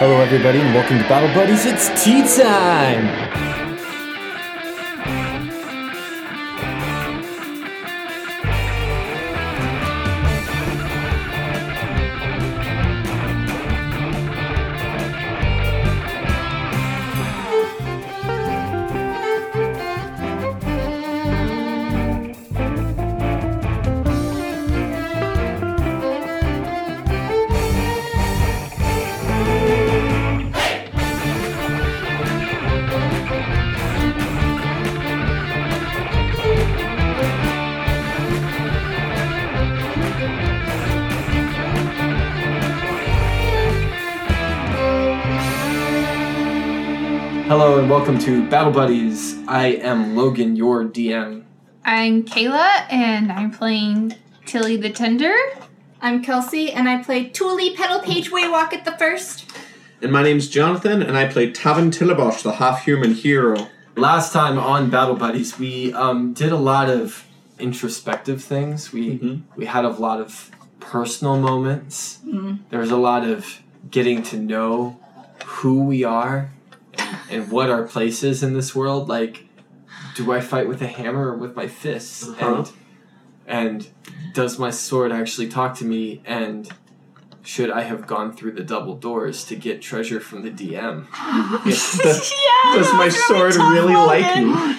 Hello, everybody, and welcome to Battle Buddies. It's tea time. Hello, and welcome to Battle Buddies. I am Logan, your DM. I'm Kayla, and I'm playing Tilly the Tender. I'm Kelsey, and I play Thule Pedal Page Waywalk at the first. And my name's Jonathan, and I play Tavin Tillabosh, the half human hero. Last time on Battle Buddies, we um, did a lot of introspective things. We Mhm. we had a lot of personal moments. There was a lot of getting to know who we are and, and what our place is in this world. Like, do I fight with a hammer or with my fists? Uh-huh. And and does my sword actually talk to me? And should I have gone through the double doors to get treasure from the DM? Does does my sword really like me?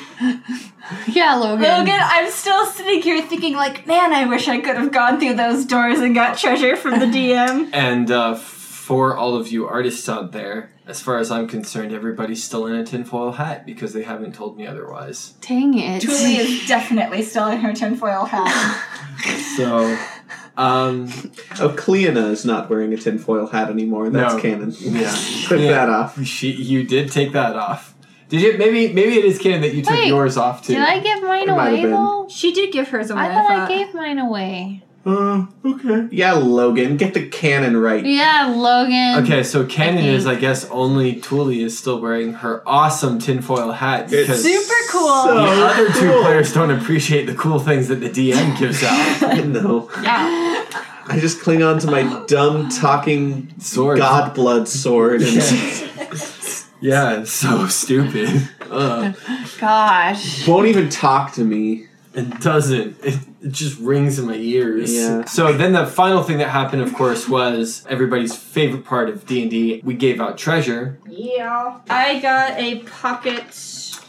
Yeah, Logan. Logan, I'm still sitting here thinking, like, man, I wish I could have gone through those doors and got treasure from the DM. And uh, for all of you artists out there, as far as I'm concerned, everybody's still in a tinfoil hat because they haven't told me otherwise. Dang it. Thule is definitely still in her tinfoil hat. So, um, Oh, Cleona is not wearing a tinfoil hat anymore. That's No. canon. yeah, Clip Yeah. that off. she, you did take that off. Did you? Maybe, maybe it is canon that you took Wait, yours off too. Did I give mine It might have away been. though? she did give hers away. I thought I gave mine away. Uh, okay. Yeah, Logan, get the canon right. Yeah, Logan. Okay, so canon I is, think. I guess, only Thule is still wearing her awesome tinfoil hat It's because Super cool. the so other two cool. players don't appreciate the cool things that the DM gives out. no, Yeah. I just cling on to my dumb talking Sword. god blood sword. And Yeah. yeah, so stupid. Ugh. Gosh. won't even talk to me. It doesn't. It, it just rings in my ears. Yeah. So then the final thing that happened, of course, was everybody's favorite part of D and D. We gave out treasure. Yeah. I got a pocket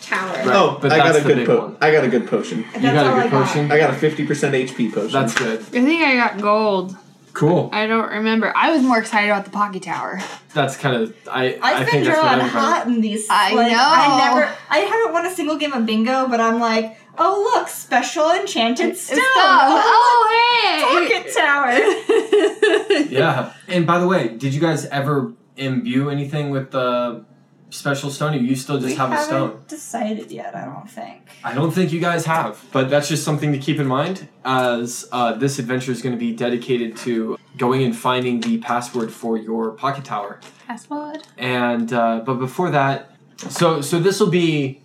tower. Right, oh, but I got that's a the big good one. po- I got a good potion. you That's got a all I good got. potion. I got a fifty percent HP potion. That's good. I think I got gold. Cool. I don't remember. I was more excited about the pocket tower. That's kind of I. I I've been think that's what drawn everybody- hot in these. I like, know. I never. I haven't won a single game of bingo, but I'm like, oh look, special enchanted stone. Oh, hey. Pocket tower. Yeah. And by the way, did you guys ever imbue anything with the special stone? Or you still just we have a haven't stone? decided yet. I don't think. I don't think you guys have, but that's just something to keep in mind as uh, this adventure is going to be dedicated to going and finding the password for your pocket tower. Password. and uh, but before that, so so this will be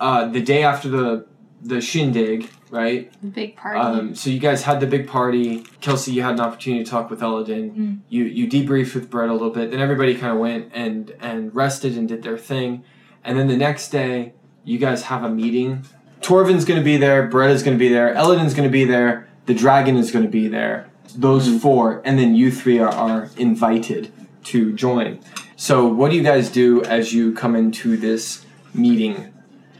uh, the day after the the shindig, right? The big party. Um, so you guys had the big party. Kelsey, you had an opportunity to talk with Eladin. Mm. You you debriefed with Brett a little bit. Then everybody kind of went and and rested and did their thing. And then the next day, you guys have a meeting. Torvin's going to be there. Brett is going to be there. Eladin's going to be there. The dragon is going to be there. Those four, and then you three are, are invited to join. So what do you guys do as you come into this meeting?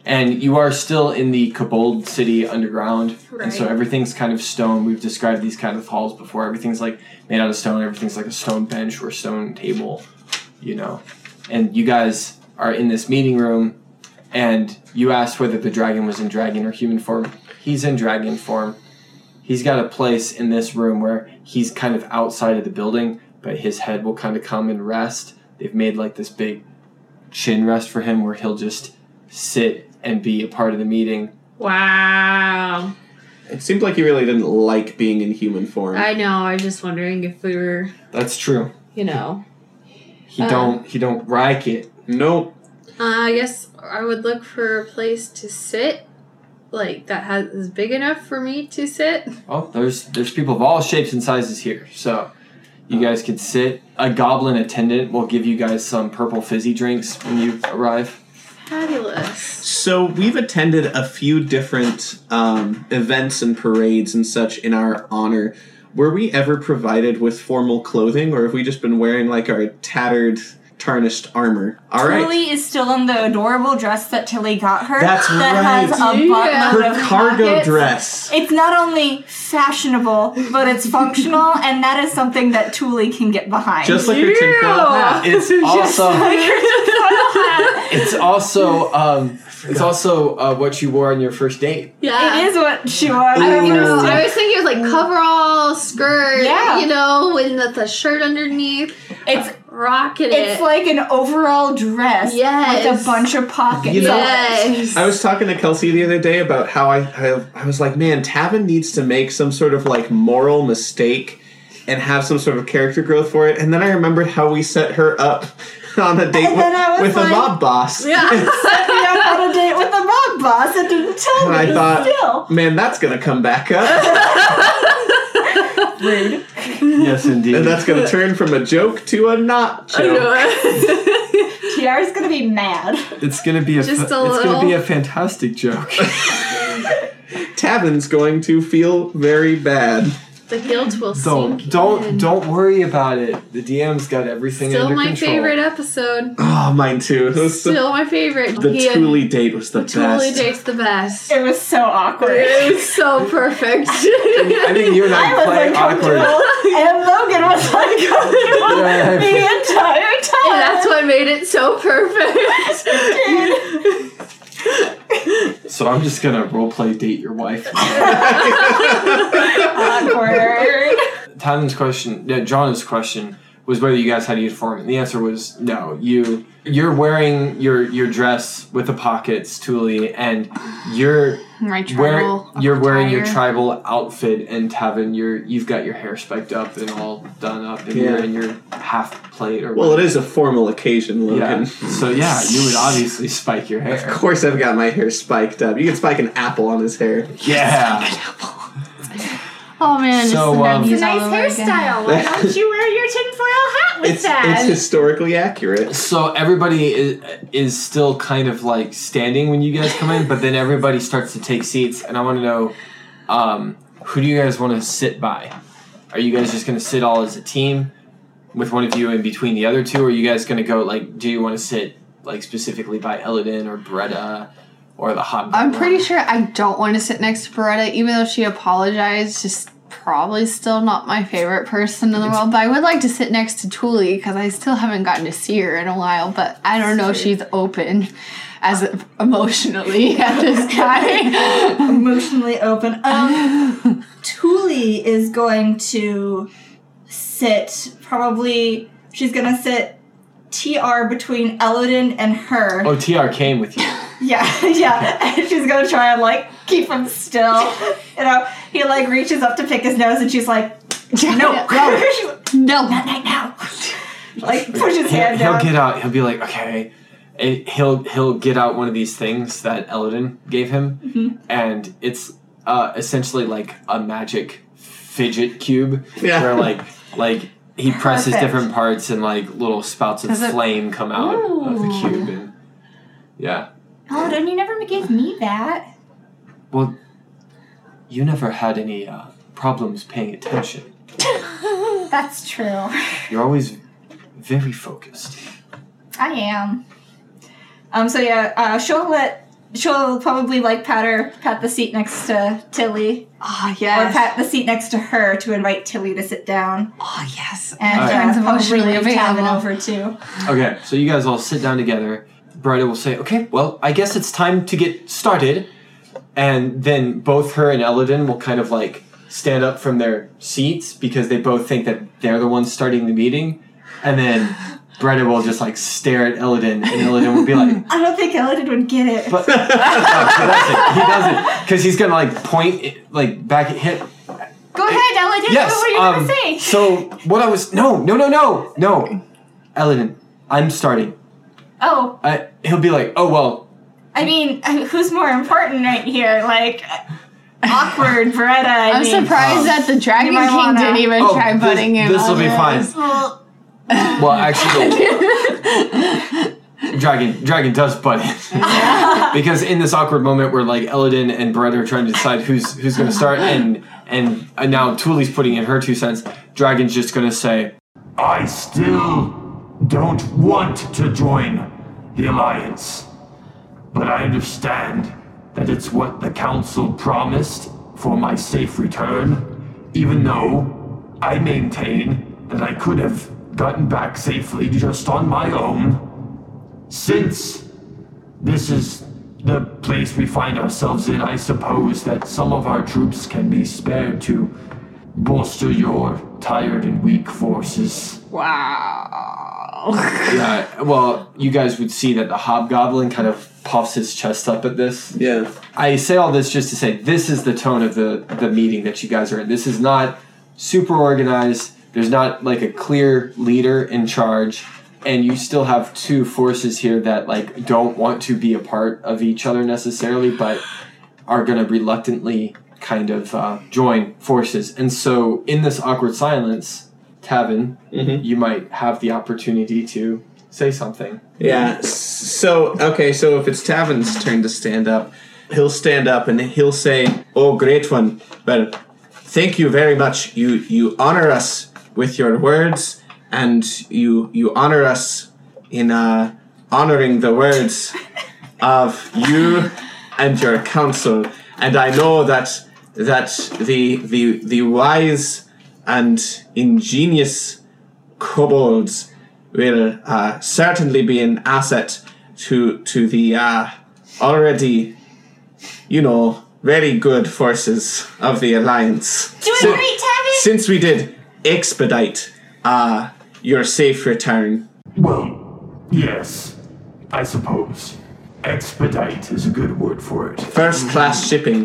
And you are still in the Kobold city underground. And so Right. everything's kind of stone. We've described these kind of halls before. Everything's like made out of stone. Everything's like a stone bench or stone table, you know. And you guys are in this meeting room and you asked whether the dragon was in dragon or human form. He's in dragon form. He's got a place in this room where he's kind of outside of the building, but his head will kind of come and rest. They've made like this big chin rest for him where he'll just sit and be a part of the meeting. Wow. It seemed like you really didn't like being in human form. Uh, I know. I was just wondering if we were, That's true. you know. He Uh. don't he don't like it. nope. Uh, I guess I would look for a place to sit, like that has is big enough for me to sit. Oh, there's there's people of all shapes and sizes here. So You guys could sit. A goblin attendant will give you guys some purple fizzy drinks when you arrive. Fabulous. So we've attended a few different um, events and parades and such in our honor. Were we ever provided with formal clothing, or have we just been wearing like our tattered, tarnished armor? All right. Tilly is still in the adorable dress that Tilly got her. That's that has a right. Yeah. buttload her of cargo pockets. dress. It's not only fashionable, but it's functional, and that is something that Tully can get behind. Just like her tinfoil hat. It's also Like her tinfoil hat. it's also um, it's also uh, what you wore on your first date. Yeah. It is what she was. I, you know, Ooh. I was thinking of like coverall, skirt, Yeah. you know, with the, the shirt underneath, It's rocking It's it. like an overall dress with Yes. a bunch of pockets. You know- yes. I was talking to Kelsey the other day about how I, I I was like, man, Tavin needs to make some sort of like moral mistake and have some sort of character growth for it. And then I remembered how we set her up on a date And then I with, was with a like- mob boss. yeah. Set me up on a date with a mob boss that didn't tell And me. I thought- Still, Man, that's gonna come back up, Yes, indeed. and that's gonna turn from a joke to a not I joke. know. Tiara's gonna be mad. it's gonna be a Just fa- a it's gonna be little. a fantastic joke. Tavin's going to feel very bad. the guilt will So sink don't in. don't worry about it. The DM's got everything Still under my control. favorite episode. Oh, mine too. It was the Still my favorite. the He had- Thule date was the Totally best. dates the best. It was so awkward. It was so perfect. I think you and I, I was play awkward. uncomfortable, and Logan was uncomfortable Yeah. the entire time. And that's what made it so perfect. So I'm just gonna roleplay date your wife. awkward. Tan's question, no, John's question was whether you guys had a uniform, and the answer was no. You you're wearing your your dress with the pockets, Thule, and you're My wear, tribal you're wearing your attire. tribal outfit. And Tavin, you're you've got your hair spiked up and all done up, and you're Yeah. in your half plate or Well, it is a formal occasion, Logan. Yeah. So yeah, you would obviously spike your hair. Of course, I've got my hair spiked up. You can spike an apple on his hair. Yeah. Oh man, So, it's, the um, 90s It's all over again. Why don't you wear your tinfoil hat with It's, that? it's historically accurate. So everybody is, is still kind of like standing when you guys come in, but then everybody starts to take seats, and I want to know um, who do you guys want to sit by? Are you guys just going to sit all as a team with one of you in between the other two, or are you guys going to go like? Do you want to sit like specifically by Elodin or Bretta or the Hot? I'm pretty sure I don't want to sit next to Beretta, even though she apologized. Just probably still not my favorite person in the world. But I would like to sit next to Thule because I still haven't gotten to see her in a while. But I don't know if she's open as emotionally at this time. emotionally open. Um, Thule is going to sit probably. She's gonna sit tr between Elodin and her. Oh, TR came with you. Yeah, yeah. And she's gonna try and like keep him still. You know, he like reaches up to pick his nose, and she's like, "No, no, she's like, no. "Right now." Like pushes his He'll, hand he'll down. get out. He'll be like, okay. And he'll he'll get out one of these things that Elodin gave him, Mm-hmm. and it's uh, essentially like a magic fidget cube Yeah. where like like he presses Perfect. different parts and like little spouts of Does it- flame come out of the Ooh. cube. And, yeah. Elodin, you never gave me that. Well, you never had any uh, problems paying attention. That's true. You're always very focused. I am. Um. So yeah, uh, she'll let she'll probably like pat her pat the seat next to Tilly Oh or yes. pat the seat next to her to invite Tilly to sit down Oh yes. and All right. uh, Sounds probably emotionally leave Tavin available. over too. Okay, so you guys all sit down together. Brida will say, "Okay, well, I guess it's time to get started," and then both her and Elodin will kind of like stand up from their seats because they both think that they're the ones starting the meeting, and then Brida will just like stare at Elodin, and Elodin will be like, I don't think Elodin would get it. "But no, he doesn't, he doesn't," because he's gonna like point it- like back at him. Go ahead, Elodin. Yes. What were you um, gonna say? So what I was no no no no no, Elodin, I'm starting. Oh, I, he'll be like, "Oh well, I mean, I- who's more important right here? Like, awkward Veretta. I I'm mean. surprised um, that the Dragon you might King wanna- didn't even Oh, try this- butting him. this'll be up. fine. Well, Well, actually, the dragon dragon does butt in because in this awkward moment where like Eladin and Brett are trying to decide who's who's going to start, and and and now Thule's putting in her two cents. Dragon's just going to say, I still don't want to join the Alliance, but I understand that it's what the Council promised for my safe return, even though I maintain that I could have gotten back safely just on my own. Since this is the place we find ourselves in, I suppose that some of our troops can be spared to bolster your tired and weak forces. Wow. yeah, "Well, you guys would see that the Hobgoblin kind of puffs his chest up at this." Yeah. I say all this just to say this is the tone of the the meeting that you guys are in. This is not super organized. There's not like a clear leader in charge, and you still have two forces here that like don't want to be a part of each other necessarily, but are going to reluctantly kind of uh, join forces. And so, in this awkward silence, Tavin, you might have the opportunity to say something. Yeah. s- So okay, so if it's Tavin's turn to stand up, he'll stand up and he'll say, "Oh, great one! Well, thank you very much. You you honor us with your words, and you you honor us in uh, honoring the words of you and your council. And I know that that the the the wise and ingenious kobolds." will uh, certainly be an asset to to the uh, already, you know, very good forces of the alliance. doing So- great, Tavin. Since we did expedite uh, your safe return, Well, yes, I suppose. Expedite is a good word for it. first class shipping.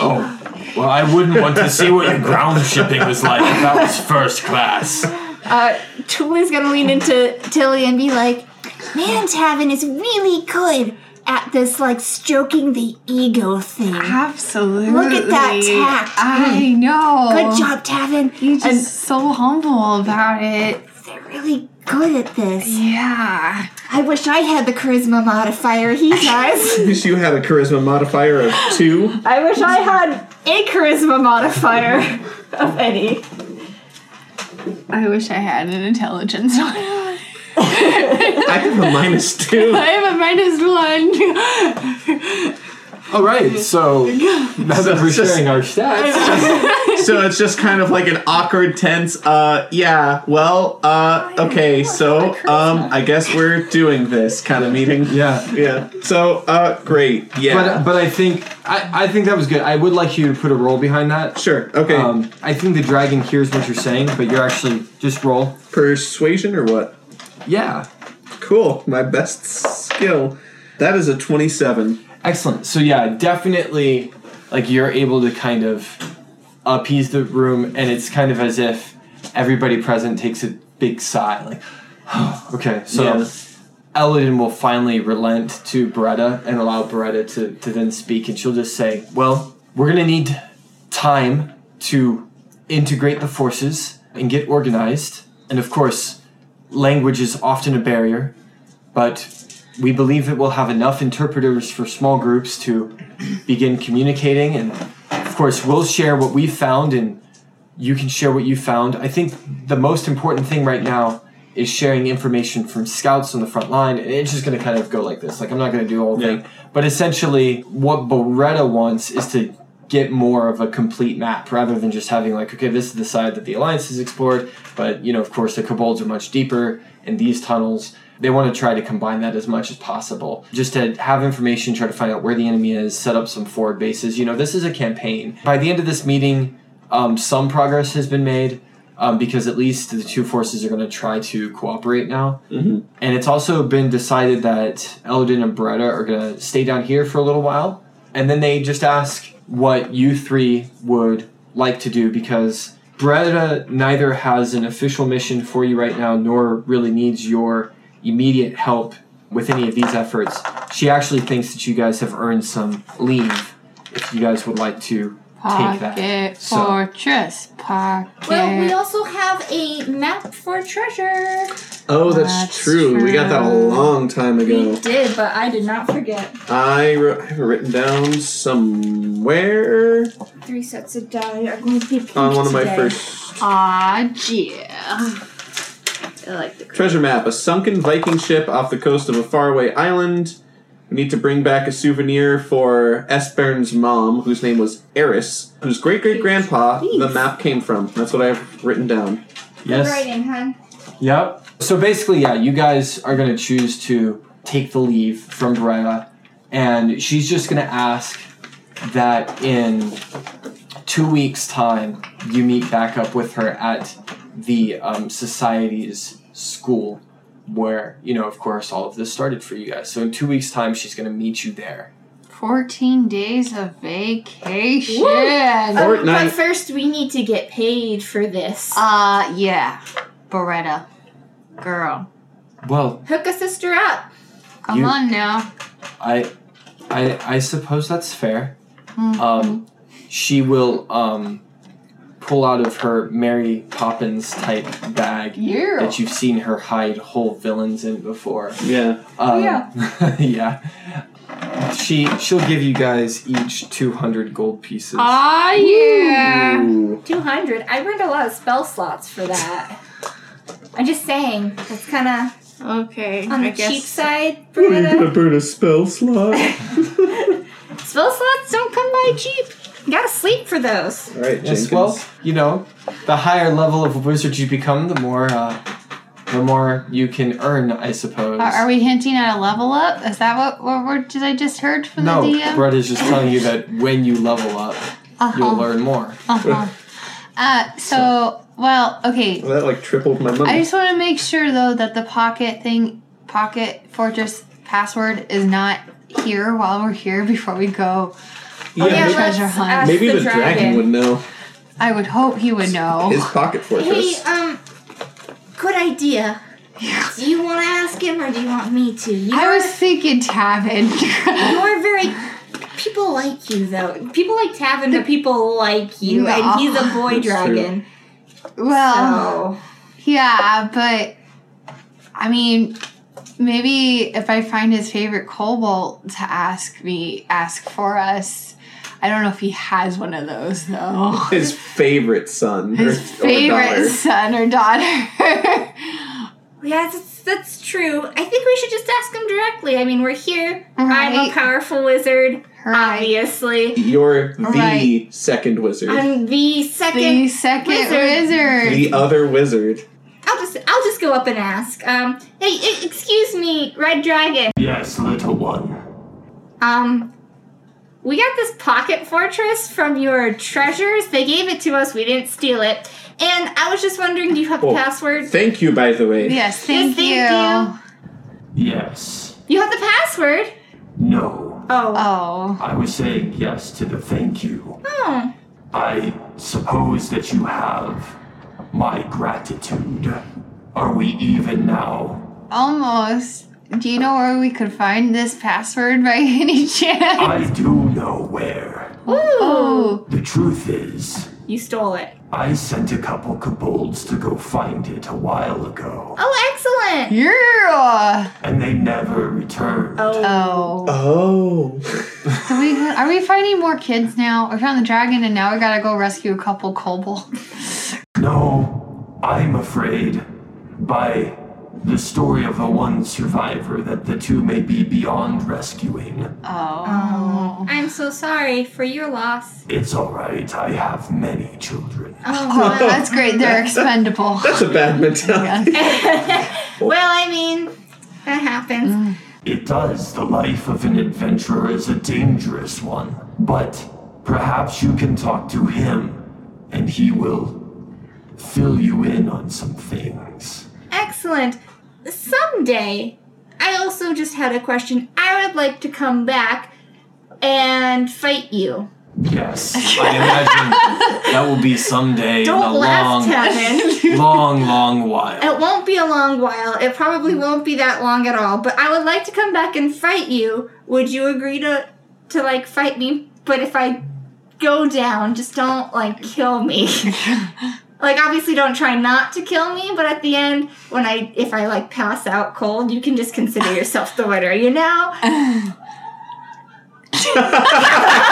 Oh, well, I wouldn't want to see what your ground shipping was like if that was first class. Uh, Tuli's gonna lean into Tilly and be like, "Man, Tavin is really good at this, like stroking the ego thing. Absolutely. tact. I know. Good job, Tavin. He's just so humble about it. They're really good at this. Yeah. I wish I had the charisma modifier he does. Wish you had a charisma modifier of two. I wish I had a charisma modifier of any. I wish I had an intelligence. I I have a minus two. have a minus one. All right, so now that we're just- sharing our stats. So it's just kind of like an awkward tense. Uh, yeah. Well, uh, okay. So, um, I guess we're doing this kind of meeting. Yeah. Yeah. So, uh, great. Yeah. But but I think I, I think that was good. I would like you to put a roll behind that. sure. Okay. Um, I think the dragon hears what you're saying, but you're actually just roll. Persuasion or what? Yeah. Cool. My best skill. That is a twenty-seven. Excellent. So yeah, definitely like you're able to kind of appease the room and it's kind of as if everybody present takes a big sigh like okay, so Yeah. Eladin will finally relent to Beretta and allow Beretta to, to then speak, and she'll just say, Well, we're going to need time to integrate the forces and get organized. And of course, language is often a barrier, but we believe that we'll have enough interpreters for small groups to begin communicating. And of course, we'll share what we found and you can share what you found. I think the most important thing right now is sharing information from scouts on the front line, and it's just going to kind of go like this. Like I'm not going to do the whole thing, Yeah. but essentially, what Beretta wants is to get more of a complete map rather than just having like, okay, this is the side that the alliance has explored, but you know, of course, the kobolds are much deeper, and these tunnels. They want to try to combine that as much as possible. Just to have information, try to find out where the enemy is, set up some forward bases. You know, this is a campaign. By the end of this meeting, um, some progress has been made um, because at least the two forces are going to try to cooperate now. Mm-hmm. And it's also been decided that Eldon and Beretta are going to stay down here for a little while. And then they just ask what you three would like to do because Beretta neither has an official mission for you right now nor really needs your immediate help with any of these efforts. She actually thinks that you guys have earned some leave if you guys would like to take that. Pocket So- fortress. Pocket. Well, we also have a map for treasure. Oh, that's, That's true. We got that a true. long time We ago. did, but I did not forget. I, wrote, I have it written down somewhere Three sets of die are going to be picked on one of my today. first Ah, yeah. I like the treasure map. A sunken Viking ship off the coast of a faraway island. We need to bring back a souvenir for Espern's mom, whose name was Eris, whose great great grandpa the map came from. That's what I have written down. Yes. Writing, huh? Yep. So basically, yeah, you guys are going to choose to take the leave from Beretta, and she's just going to ask that in two weeks' time you meet back up with her at the um, society's school, where you know, of course, all of this started for you guys. So in two weeks' time, she's going to meet you there. 14 days of vacation. Oh. Um, Fortnite. but first, we need to get paid for this. Uh, yeah. Beretta. Girl. Well, Hook a sister up. Come You- on now. I, I, I suppose that's fair. Mm-hmm. um, she will um, pull out of her Mary Poppins type bag Yeah. that you've seen her hide whole villains in before. Yeah. Um, yeah, She she'll give you guys each two hundred gold pieces. Ah, yeah. Ooh. 200. I burned a lot of spell slots for that. I'm just saying, it's kind of Okay, on I the guess. cheap side, What, Are you gonna Brianna. burn a spell slot? spell slots don't come by cheap. You gotta sleep for those. All right, Yes, Jenkins. well, you know, the higher level of wizard you become, the more uh, the more you can earn, I suppose. Uh, Are, are we hinting at a level up? Is that what, what, what did I just heard from no, the DM? Brett is just telling you that when you level up, Oh. you'll learn more. Uh-huh. Uh, so, well, okay. Well, that like tripled my money. I just want to make sure, though, that the pocket thing, pocket fortress password is not here while we're here before we go. yeah, yeah, maybe, like- treasure let's hunt. ask maybe the, dragon. would know I would hope he would his know. pocket fortress. Hey, um, good idea. Do you want to ask him or do you want me to? You I are, was thinking Tavin. you are very. People like you though. People like Tavin, but people like you, No. and he's a boy That's true. dragon. well, So Yeah, but I mean, maybe if I find his favorite kobold to ask me, ask for us. I don't know if he has one of those though. his favorite son. His or, Or favorite daughter. son or daughter. Yeah, that's, that's true. I think we should just ask him directly. I mean, we're here. I'm Right. a powerful wizard, right. obviously. You're the Alright. second wizard. I'm The the second. second wizard. wizard. the other wizard. I'll just I'll just go up and ask. Um, hey, e- excuse me, Red Dragon. Yes, little one. Um, we got this pocket fortress from your treasures. They gave it to us. We didn't steal it. And I was just wondering, do you have the Oh. password? Thank you, by the way. Yes, thank thank you. you. Yes. You have the password? No. Oh. Oh, I was saying yes to the thank you. Oh. I suppose that you have my gratitude. Are we even now? almost. Do you know where we could find this password by any chance? I do know where. Oh, The truth is, You stole it. I sent a couple kobolds to go find it a while ago, Oh, excellent. yeah. and they never returned. Oh. Oh. So we are we finding more kids now? We found the dragon, and now we gotta go rescue a couple kobolds. No, I'm afraid by the story of the one survivor that the two may be beyond rescuing. Oh. I'm so sorry for your loss. It's alright, I have many children. Oh, that's great. They're expendable. That's a bad mentality. well, I mean, that happens. It does, the life of an adventurer is a dangerous one, but perhaps you can talk to him and he will fill you in on some things. Excellent. Someday, I also just had a question. I would like to come back and fight you. Yes, I imagine that will be someday in Don't a laugh, long, Tevin. long, long while. it won't be a long while. It probably won't be that long at all. But I would like to come back and fight you. Would you agree to to like fight me but if I go down, just don't like kill me. like obviously don't try not to kill me, but at the end when I if I like pass out cold, you can just consider yourself the winner, you know?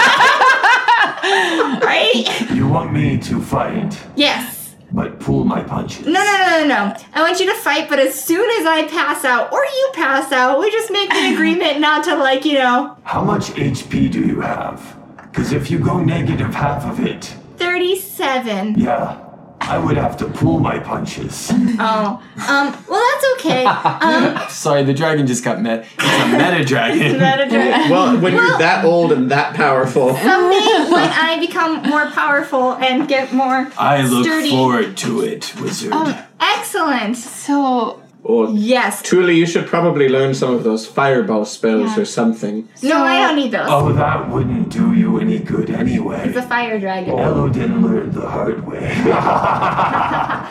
right? You want me to fight, Yes. but pull my punches. No, no, no, no, no. I want you to fight, but as soon as I pass out, or you pass out, we just make an agreement not to, like, you know, How much HP do you have? Because if you go negative half of it, 37. yeah, I would have to pull my punches. Oh. Um, well, that's okay. Um, Sorry, the dragon just got met. It's a meta dragon. that address- Well, when you're that old and that powerful, someday when I become more powerful and get more I look sturdy. Oh. forward to it, wizard. Excellent. So, or Yes. truly, you should probably learn some of those fireball spells Yeah. or something. No, I don't need those. oh, that wouldn't do you any good anyway. It's a fire dragon. Oh. Elodin learned the hard way.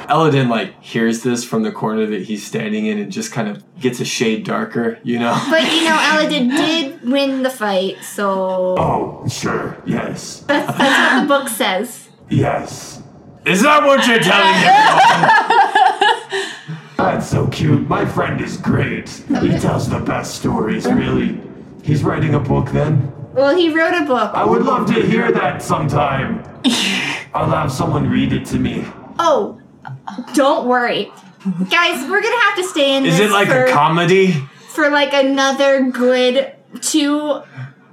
Eladin like hears this from the corner that he's standing in and just kind of gets a shade darker, you know. But you know, Aladdin did win the fight, so oh, sure, yes, that's, that's what the book says. yes. Is that what you're telling me? That's so cute. My friend is great. He tells the best stories, really. He's writing a book then? Well, he wrote a book. I would love to hear that sometime. I'll have someone read it to me. Oh, don't worry. Guys, we're gonna have to stay in Is this it like for, a comedy? for like another good two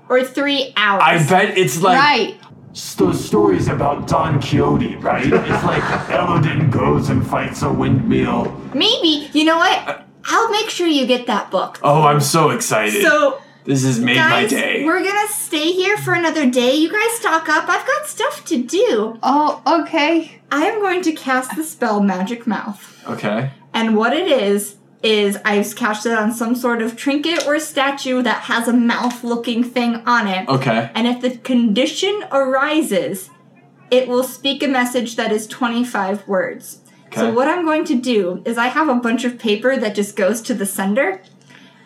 or three hours. I bet it's like right. It's those stories about Don Quixote, right? It's like Elodin goes and fights a windmill. Maybe, you know what? I'll make sure you get that book. Oh, I'm so excited. So, this has made my guys, day. we're gonna stay here for another day. You guys stock up. I've got stuff to do. Oh, okay. I am going to cast the spell Magic Mouth. Okay. And what it is, is I've cast it on some sort of trinket or statue that has a mouth looking thing on it. Okay. And if the condition arises, it will speak a message that is 25 words. So, Okay. what I'm going to do is I have a bunch of paper that just goes to the sender,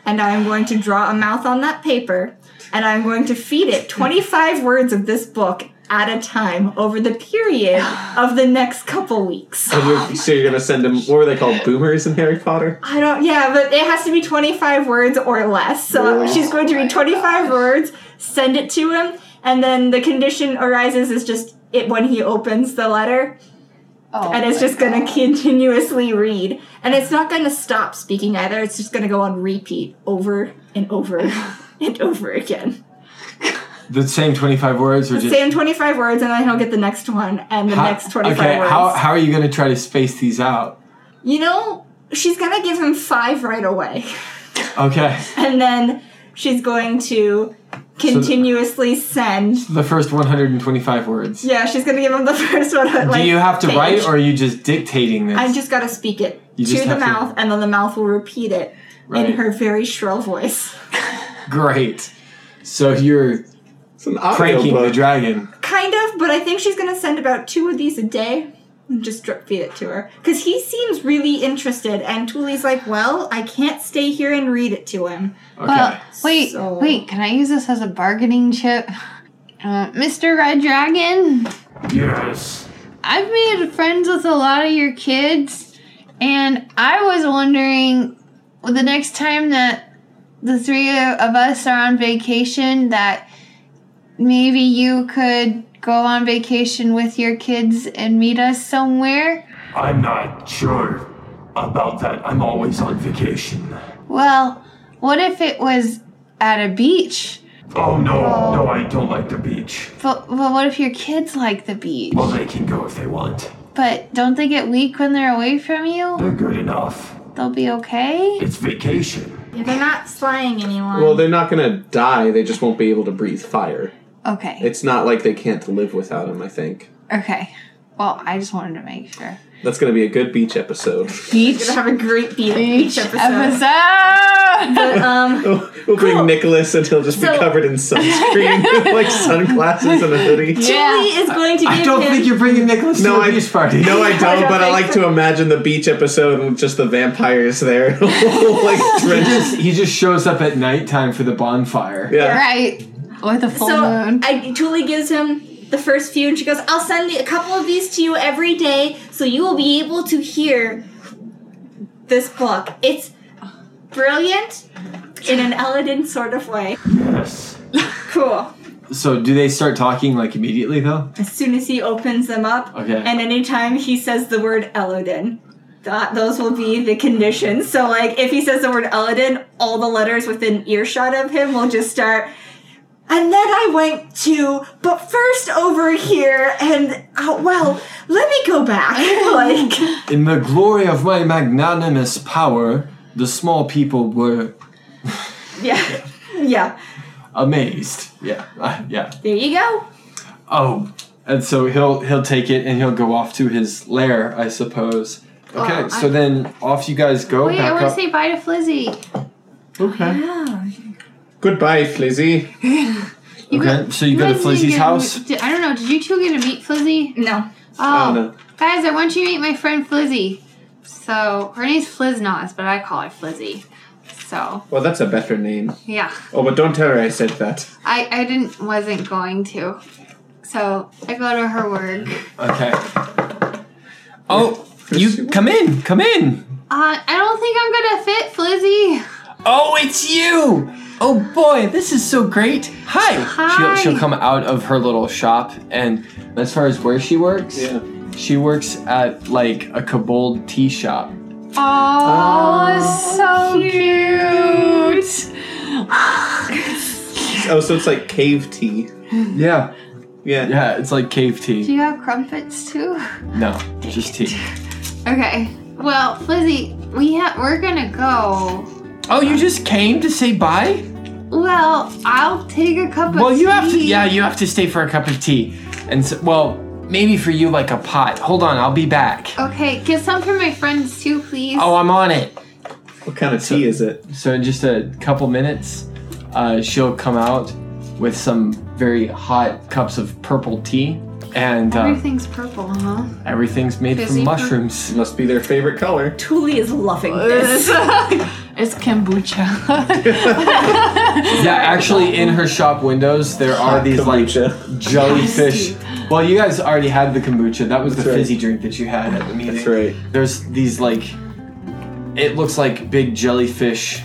and I'm going to draw a mouth on that paper, and I'm going to feed it 25 words of this book at a time over the period of the next couple weeks. And you're, so you're gonna send them. What were they called? Boomers in Harry Potter? I don't. Yeah, but it has to be twenty five words or less. So she's going to Oh read twenty five words, send it to him, and then the condition arises is just it when he opens the letter, Oh, and it's my just going to continuously read, and it's not going to stop speaking either. It's just going to go on repeat over and over and over again. The same 25 words or just Same twenty five words, and then he'll get the next one and the How- next twenty five Okay, words. how how are you going to try to space these out? you know, she's going to give him five right away. Okay. and then she's going to continuously send. The first 125 words. Yeah, she's going to give him the first one. Do like, you have to page. write or are you just dictating this? I just got to speak it You to just the have to- mouth, and then the mouth will repeat it Right. in her very shrill voice. Great. So you're It's an audio pranking the book. dragon. Kind of, but I think she's going to send about two of these a day. and Just drip feed it to her. Because he seems really interested, and Tuli's like, Well, I can't stay here and read it to him. Okay. Well, wait, So- wait. Can I use this as a bargaining chip? Uh, Mr. Red Dragon, Yes. I've made friends with a lot of your kids, and I was wondering well, the next time that the three of us are on vacation, that maybe you could go on vacation with your kids and meet us somewhere. I'm not sure about that. I'm always on vacation. Well, what if it was at a beach? Oh no, no, I don't like the beach. But, but what if your kids like the beach? Well, they can go if they want. But don't they get weak when they're away from you? They're good enough. They'll be okay? It's vacation. Yeah, they're not slaying anyone. Well, they're not gonna die. They just won't be able to breathe fire. Okay. It's not like they can't live without him. I think Okay. Well, I just wanted to make sure. that's gonna be a good beach episode. Beach You're gonna have a great beat beach each episode. episode. But, um, We'll we'll bring Cool. Nicholas and he'll just be So- covered in sunscreen, with, like sunglasses and a hoodie. Julie Yeah. is going to give I don't him think you're bringing Nicholas No, to a I- beach party. No, I I don't. don't but I think like so. to imagine the beach episode with just the vampires there, like he drenched. just he just shows up at nighttime for the bonfire. Yeah. Right. Or the full so moon. I, Tuli gives him the first few, and she goes, "I'll send a couple of these to you every day, so you will be able to hear this book. It's brilliant in an Eladin sort of way. Yes. Cool. So do they start talking like immediately though? As soon as he opens them up, Okay. and anytime he says the word Elodin." That, those will be the conditions. So, like, if he says the word Elodin, all the letters within earshot of him will just start And then I went to, but first over here, and oh, well, let me go back. like, In the glory of my magnanimous power, the small people were yeah, yeah. amazed. Yeah, uh, yeah. There you go. Oh, and so he'll he'll take it and he'll go off to his lair, I suppose. Okay, Well, so I- then off you guys go. Wait, I back want to up. say bye to Flizzy. okay. Ah, Goodbye, Flizzy. Okay, so you go to guys didn't Flizzy's get a- house? did- I don't know. Did you two get to meet Flizzy? No. Oh, no. guys, I want you to meet my friend Flizzy. So her name's Fliznoz, but I call her Flizzy. So Well, that's a better name. yeah, Oh, but don't tell her I said that. I I didn't wasn't going to. So I go to her work. Okay. Oh, you come in, come in. Uh, I don't think I'm gonna fit Flizzy. Oh, it's you! Oh boy, this is so great. Hi. Hi. She'll, she'll come out of her little shop, and as far as where she works, Yeah. she works at like a kobold tea shop. Oh, Oh, so cute. Oh, so it's like cave tea. Yeah, Yeah. yeah, it's like cave Do tea. you have crumpets too? No, just tea. Okay. Well, Flizzy, we ha- we're gonna go. Oh, you just came to say bye? Well, I'll take a cup of Well, you have to. tea. Yeah, you have to stay for a cup of tea, and so, well, maybe for you like a pot. Hold on, I'll be back. Okay, get some for my friends too, please. Oh, I'm on it. What kind of tea is it? So in just a couple minutes, uh, she'll come out with some very hot cups of purple tea, and uh, Everything's purple, huh? everything's made Fizzy from pur- mushrooms. Must be their favorite color. Tuli is loving it's this. kombucha. Yeah, actually, in her shop windows there are these like Kombucha. jellyfish. Well, you guys already had the kombucha. That was the That's right. fizzy drink that you had at the meeting. That's right. There's these like, it looks like big jellyfish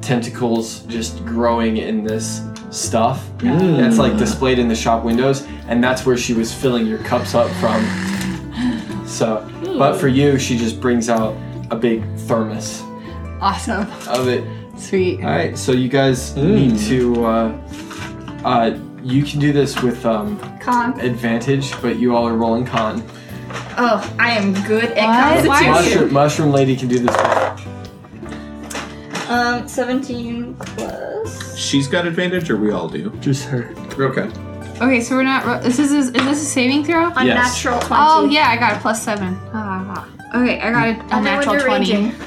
tentacles just growing in this stuff that's like displayed in the shop windows, and that's where she was filling your cups up from. So, but for you, she just brings out a big thermos awesome. of it. Sweet. All right, so you guys need to. Uh, uh, you can do this with um, Con. advantage, but you all are rolling con. Oh, I am good What? at Why are constitution. you- Mushroom, mushroom lady can do this with Um, 17 plus. She's got advantage, or we all do. Just her. Okay. Okay, so we're not. Ro- this is is this a saving throw? Unnatural Yes. 20. Oh yeah, I got a plus seven. Ah, ah, ah. Okay, I got a, a And then when natural you're twenty. raging,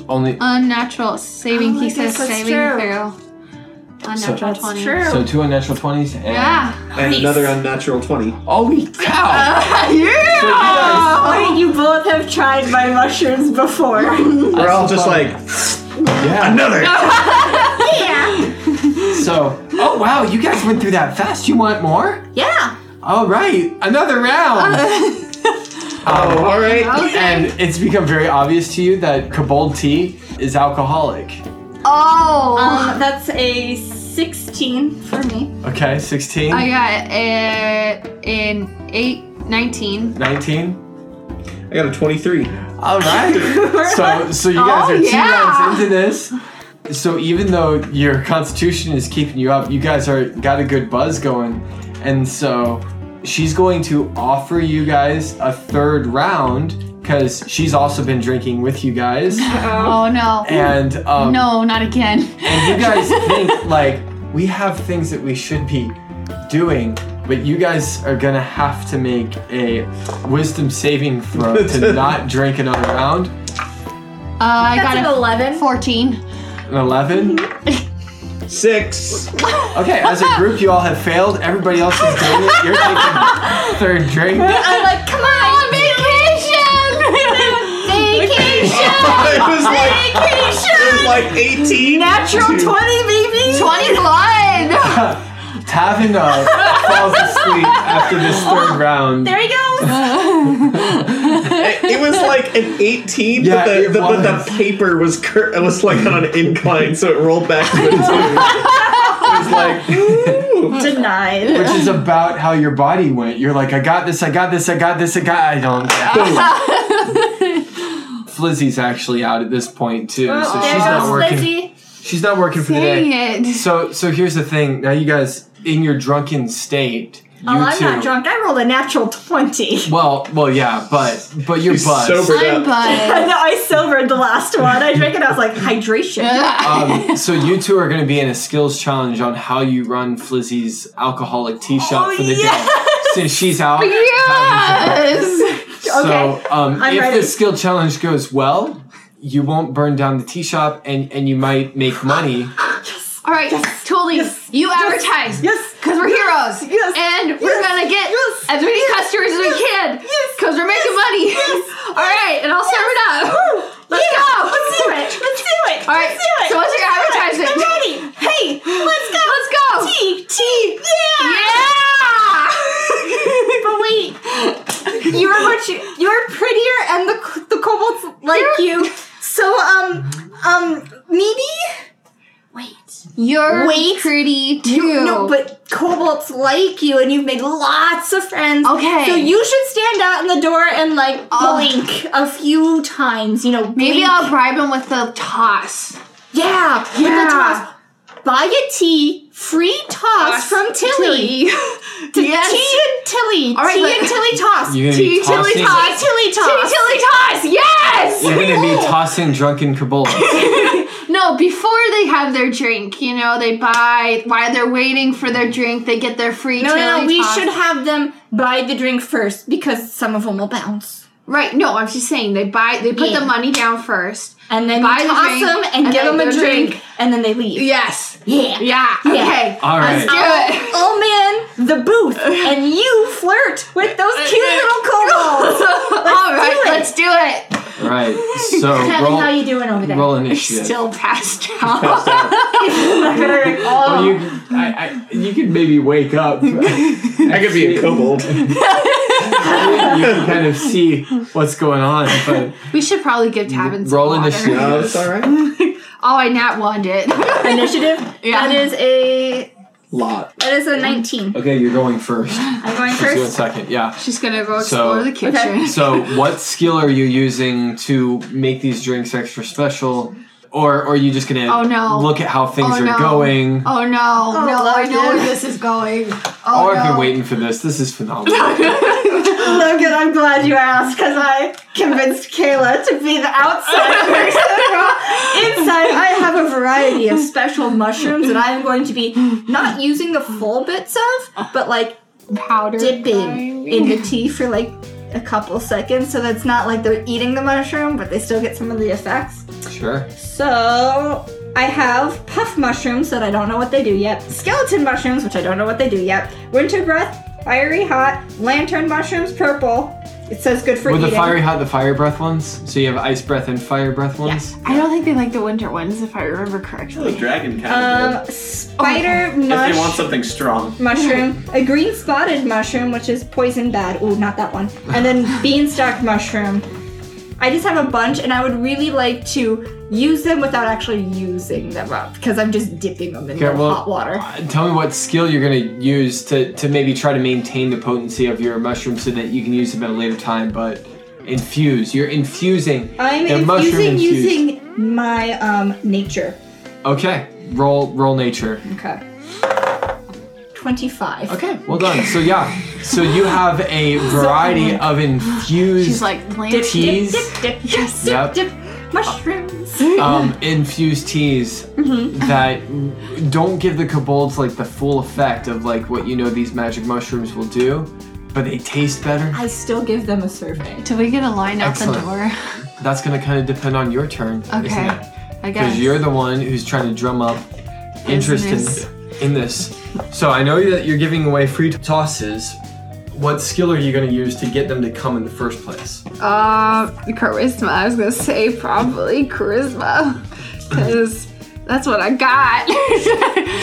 Un- only Unnatural saving. Oh, I he guess says that's saving true. throw. Unnatural That's twenty. true. so two unnatural twenties and Oh. Yeah. And Nice. another unnatural 20. holy cow! yeah. Oh, Wait, you both have tried my mushrooms before. We're all just funny. like, another! yeah. So oh wow, you guys went through that fast. You want more? Yeah. All right, another round. Oh, all right. Okay. And it's become very obvious to you that Kobold tea is alcoholic. oh. Um, that's a 16 for me. Okay, 16, I got uh, in eight nineteen. 19. I got a 23. All right. so so you guys Oh, are two yeah. rounds into this. So even though your constitution is keeping you up, you guys are got a good buzz going. And so she's going to offer you guys a third round because she's also been drinking with you guys. Oh no. And um, no, not again. Uh, and you guys think like we have things that we should be doing but you guys are gonna have to make a wisdom saving throw to not drink another round Uh, I That's got an a 11. 14. an 11 Six. okay as a group you all have failed everybody else is doing it you're taking third drink I'm like, come on, vacation! vacation! it was like, it was like 18. Natural Two. 20, baby! 20 blood! Hey, no. Tavina falls asleep after this third round. There he goes. It, it was like an 18, Yeah, but, the, it the, but was. the paper was cur- it was like on an incline, so it rolled back to a two. It was like, ooh. Denied. which is about how your body went. You're like, I got this, I got this, I got this, I got. I don't. Flizzy's actually out at this point too, so Oh, there she's not goes working. Lizzie. She's not working for the Dang day. it. So, so here's the thing. Now you guys, in your drunken state, you Oh, I'm two. not drunk. I rolled a natural 20. Well, well, yeah, but but you're She's buzzed. sober. I'm buzzed. I know I silvered the last one. I drank it. I was like hydration. Um, so you two are going to be in a skills challenge on how you run Flizzy's alcoholic tea shop Oh, for the yes! day. Since she's out, Um, yes. So Okay, um, I'm if ready. the skill challenge goes well, you won't burn down the tea shop and, and you might make money. All right, totally. Yes. You Yes. advertise. Yes. Because we're heroes. Yes. And we're Yes. going to get Yes. as many customers as we can. Yes. Because we're making money. All right, and I'll serve it up. Let's Yeehaw! go. Let's do it. Let's do it. All right, Let's do it. so what's your Let's do it. advertisement? I'm ready. Hey, let's go. Let's go. Tea. Tea. Yeah. Yeah. But wait, you were much you were prettier, and the c- the kobolds like you. So um um maybe wait. You're Wait. pretty too. You, no, but kobolds like you, and you've made lots of friends. Okay. So you should stand out in the door and like Oh. blink a few times. You know, Maybe blink. I'll bribe him with the toss. yeah, with Yeah. the toss. Buy a tea, free toss, from Tilly. T- yes. Tea and Tilly. All right, tea but- and Tilly toss. You're gonna be Tea, tilly, tossing- toss. Tea, Tilly Tilly, toss. tilly toss. Yes. You're gonna be tossing drunken kobolds. No, before they have their drink, you know, they buy while they're waiting for their drink, they get their free. No, no, no. tilly We toss. should have them buy the drink first because some of them will bounce. Right. No, I'm just saying they buy. They put Yeah. the money down first. And then Buy you the toss drink, them and, and give then them a the drink, drink. and then they leave. Yes. Yeah. Yeah. Okay. All right. Let's do it. Oh man, the booth, and you flirt with those cute little kobolds. All right. do it. Let's do it. All right. So Kevin, how roll, you doing over there? roll initiative. Still passed out. Well, you, I, I, you could maybe wake up. you I could be a kobold. can kind of see what's going on, but we should probably give Tavin some roll water. initiative. No, it's all right. Oh, I nat wand it. Initiative. Yeah. That is a Lot. that is a nineteen. Okay, you're going first. I'm going Let's do it first. second. Yeah. She's gonna go So- explore the kitchen. So, what skill are you using to make these drinks extra special, or, or are you just gonna Oh, no. look at how things Oh, are no. going? Oh no! no, I know where this is going. Oh, oh, I've been no. waiting for this. This is phenomenal. Logan, I'm glad you asked because I convinced Kayla to be the outside person. Inside, I have a variety of special mushrooms that I'm going to be not using the full bits of, but like Powder. dipping in the tea for like a couple seconds. So that's not like they're eating the mushroom, but they still get some of the effects. sure. So I have puff mushrooms that I don't know what they do yet, skeleton mushrooms, which I don't know what they do yet, winter breath, fiery hot, lantern mushrooms, purple. It says good for Were the eating. fiery hot the fire breath ones? So you have ice breath and fire breath ones. I don't think they like the winter ones, if I remember The correctly. dragon Oh kind um, spider If mush they want something strong. mushroom, a green spotted mushroom, which is poison bad. Ooh, not that one. And then beanstalk mushroom. I just have a bunch, and I would really like to use them without actually using them up because I'm just dipping them in Okay, the well- hot water. Uh, Tell me what skill you're gonna use to to maybe try to maintain the potency of your mushroom so that you can use them at a later time, but. Infuse. You're infusing. I'm They're mushroom infusing infused. using my um nature. Okay. Roll. Roll nature. Okay. 25. Okay, well done. So yeah, so you have a variety of infused She's like, Dip, plant. dip, teas, dip, dip, yes, Yep. dip, dip, mushrooms. um, infused teas Mm-hmm. that don't give the kobolds like the full effect of like what you know these magic mushrooms will do, but they taste better. I still give them a survey. Do we get a line out the Excellent. door? That's gonna kind of depend on your turn, isn't Okay. it? I guess. Because you're the one who's trying to drum up interest Business. in in this. So I know that you're giving away free tosses. What skill are you gonna use to get them to come in the first place? Uh, charisma. I was gonna say probably charisma, because That's what I got.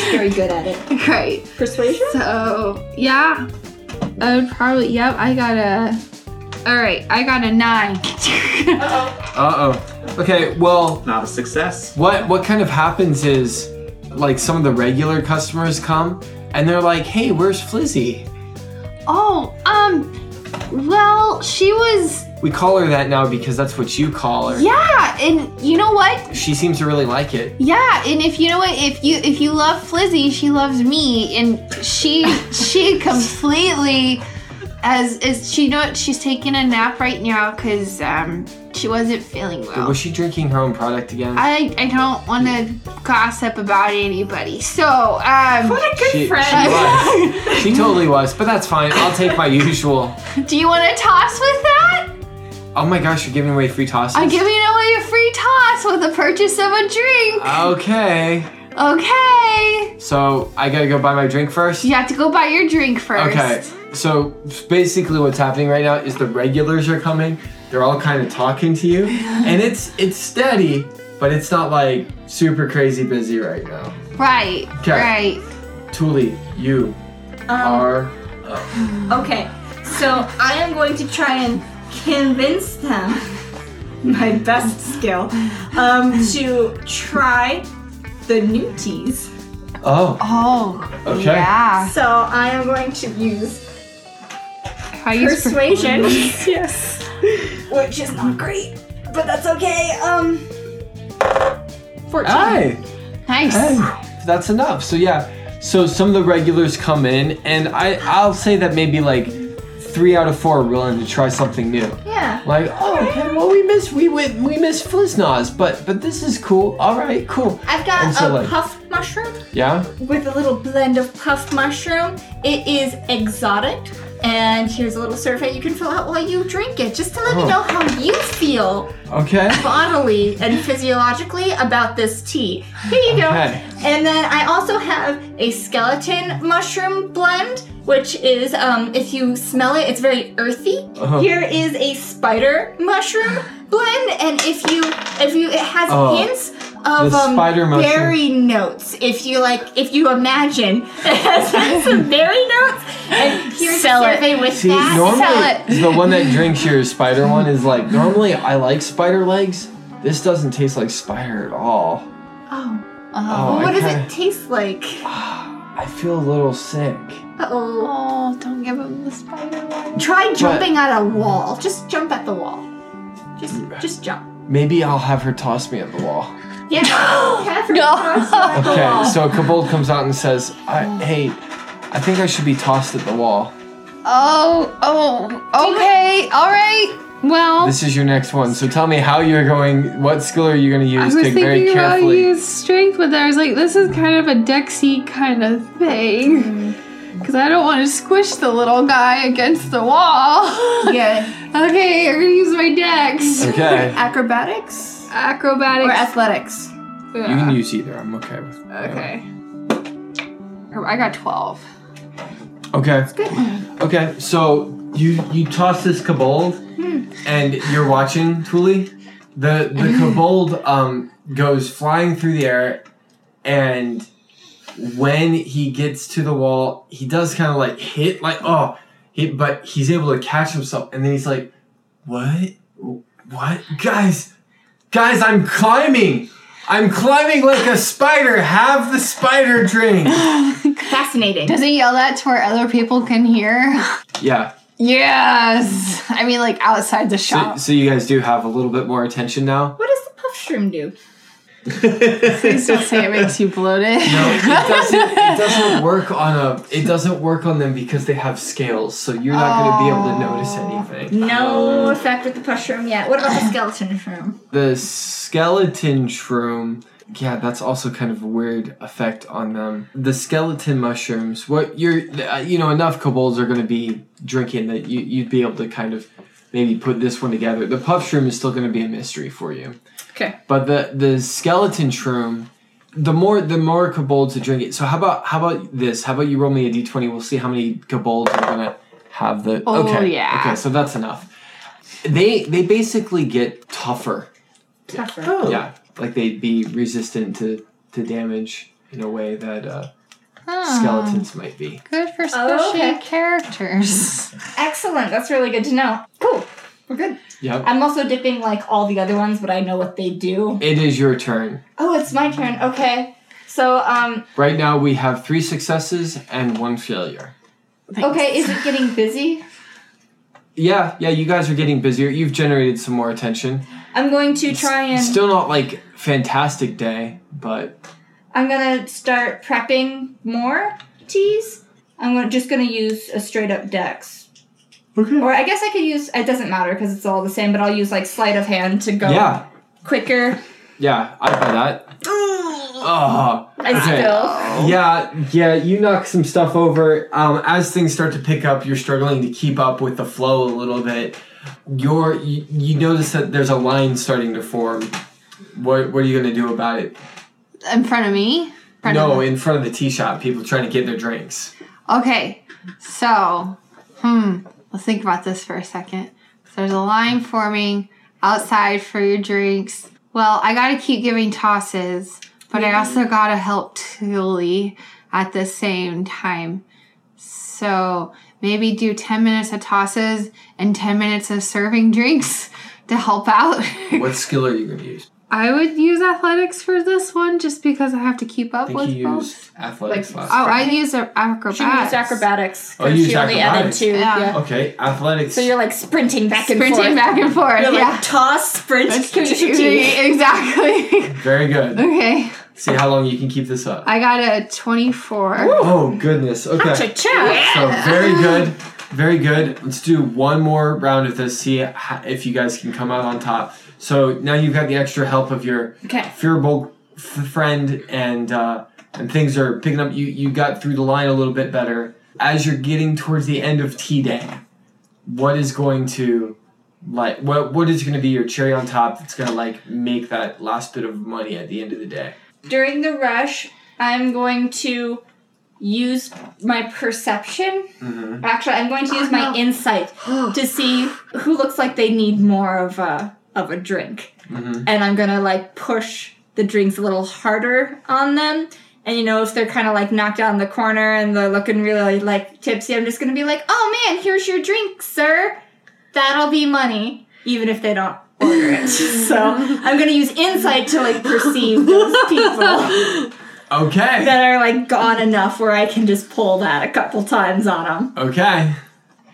Very good at it. Great. Persuasion? So yeah, I would probably. Yep, I got a. All right, I got a nine. Uh oh. Okay. Well, Not a success. what what kind of happens is, like, some of the regular customers come and they're like, "Hey, where's Flizzy?" oh, um, well, she was. We call her that now because that's what you call her. Yeah, and you know what? She seems to really like it. Yeah, and if you know what, if you if you love Flizzy, she loves me, and she she completely as as she you know what, she's taking a nap right now because um she wasn't feeling well. Was she drinking her own product again? I, I don't want to gossip about anybody. So, um, What a good she, she friend. was. she totally was, but that's fine. I'll take my usual. do you want to toss with that? Oh my gosh, you're giving away free tosses. I'm giving away a free toss with the purchase of a drink. Okay. okay. So I gotta go buy my drink first. You have to go buy your drink first. Okay. So basically, what's happening right now is the regulars are coming. They're all kind of talking to you, and it's it's steady, but it's not like super crazy busy right now. Right. Okay. Right. Tuli, you Um, are. Okay, so I am going to try and convince them, my best skill, um, to try the new teas. Oh, Oh. Okay. Yeah. So I am going to use How you sp- persuasion. yes. Which is not great, but that's okay. Um, 14. hi. nice. Hey, that's enough. So yeah, so some of the regulars come in, and I I'll say that maybe like three out of four are willing to try something new. Yeah. Like, oh, okay, well we miss we we, we miss Flizznoz, but but this is cool. All right, cool. I've got And so, a like- puffed mushroom Yeah. with a little blend of puffed mushroom. It is exotic. And here's a little survey you can fill out while you drink it, just to let Oh. me know how you feel Okay. bodily and physiologically about this tea. Here you go. Okay. And then I also have a skeleton mushroom blend, which is, um, if you smell it, it's very earthy. Uh-huh. Here is a spider mushroom blend, and if you, if you, it has Oh, hints of the um, spider mushroom. berry notes. If you like, if you imagine, it has hints of berry notes. And here's Sell a it. survey with See, that. normally the one that drinks your spider one is like normally I like spider legs. This doesn't taste like spider at all. oh, Oh, what I does kinda- it taste like? I feel a little sick. Uh oh. Oh, don't give him the spider one. Try jumping at a wall. Just jump at the wall. Just just jump. Maybe I'll have her toss me at the wall. Yeah. have her toss you at the Okay, wall. so Kabold comes out and says, I, "Hey, I think I should be tossed at the wall. Oh. Oh. Okay. All right. Well. This is your next one. So tell me how you're going. What skill are you going to I use? was Take very thinking about carefully. use strength, but then I was like, this is kind of a Dexy kind of thing. Because I don't want to squish the little guy against the wall. yeah. okay, I'm going to use my Dex. okay, Acrobatics Acrobatics. or athletics. Yeah. you can use either. I'm okay with. Okay. Oh, I got 12. Okay. Okay. So you you toss this kobold, and you're watching Thule. The the kobold um goes flying through the air, and when he gets to the wall, he does kind of like hit like oh, he, but he's able to catch himself, and then he's like, what, what, guys, guys, I'm climbing. I'm climbing like a spider. Have the spider drink. Fascinating. Does he yell that to where other people can hear? Yeah. yes! I mean, like outside the So, shop. so you guys do have a little bit more attention now. What does the puff shroom do? Please don't say it makes you No, bloated. it doesn't. It doesn't work on a. It doesn't work on them because they have scales, so you're not going to be able to notice anything. No effect with the puff shroom yet. What about the skeleton shroom? The skeleton shroom. Yeah, that's also kind of a weird effect on them. The skeleton mushrooms. What you're, uh, you know, enough kobolds are going to be drinking that you, you'd be able to kind of maybe put this one together. The puff shroom is still going to be a mystery for you. Okay. But the the skeleton shroom, the more the more kobolds to drink it. So how about how about this? How about you roll me a d twenty? We'll see how many kobolds are gonna have the. Oh, okay. yeah. Okay, so that's enough. They they basically get tougher. Tougher. Oh. Yeah, like they'd be resistant to to damage in a way that uh, Huh. skeletons might be. Good for squishy Oh, okay. characters. Excellent. That's really good to know. Cool. We're good. Yep. I'm also dipping like all the other ones, but I know what they do. It is your turn. Oh, it's my turn. Okay. So, um, Right now we have three successes and one failure. Thanks. okay, is it getting busy? Yeah, yeah, you guys are getting busier. You've generated some more attention. I'm going to try and Still not like fantastic day, but I'm gonna start prepping more teas. I'm gonna, just gonna use a straight up dex. Okay. Or I guess I could use. It doesn't matter because it's all the same. But I'll use like sleight of hand to go yeah, quicker. yeah, I buy that. Oh, I still. Oh. Yeah, yeah, you knock some stuff over. Um, as things start to pick up, you're struggling to keep up with the flow a little bit. You're, you, you notice that there's a line starting to form. What, what are you going to do about it? In front of me? In front of no, me. in front of the tea shop, people trying to get their drinks. Okay, so, hmm, let's think about this for a second. So there's a line forming outside for your drinks. Well, I gotta keep giving tosses, but I also gotta help Tully at the same time. So maybe do 10 minutes of tosses and 10 minutes of serving drinks to help out. What skill are you going to use? I would use athletics for this one just because I have to keep I up think with you both. used athletics Like- last Oh, time. I used a- acrobatics. She used acrobatics. Oh, you 'cause used she only acrobatics. added two. Ah. Yeah. Yeah. Okay, athletics. So you're like sprinting back and Sprinting forth. back and forth. You're like yeah. toss, sprint, community. exactly. Very good. okay. See how long you can keep this up. I got a 24. Oh, goodness. Okay. Cha-cha. So very good, very good. Let's do one more round of this. See h- if you guys can come out on top. So now you've got the extra help of your Okay. fearful f- friend, and uh, and things are picking up. You you got through the line a little bit better as you're getting towards the end of tea day. What is going to like what what is going to be your cherry on top that's going to like make that last bit of money at the end of the day? During the rush, I'm going to use my perception. Mhm. Actually, I'm going to use my insight to see who looks like they need more of a of a drink, Mhm. and I'm gonna like push the drinks a little harder on them. And you know, if they're kind of like knocked out in the corner and they're looking really like tipsy, I'm just gonna be like, "Oh man, here's your drink, sir. That'll be money." Even if they don't order it, so I'm gonna use insight to like perceive those people Okay. that are like gone enough where I can just pull that a couple times on Okay.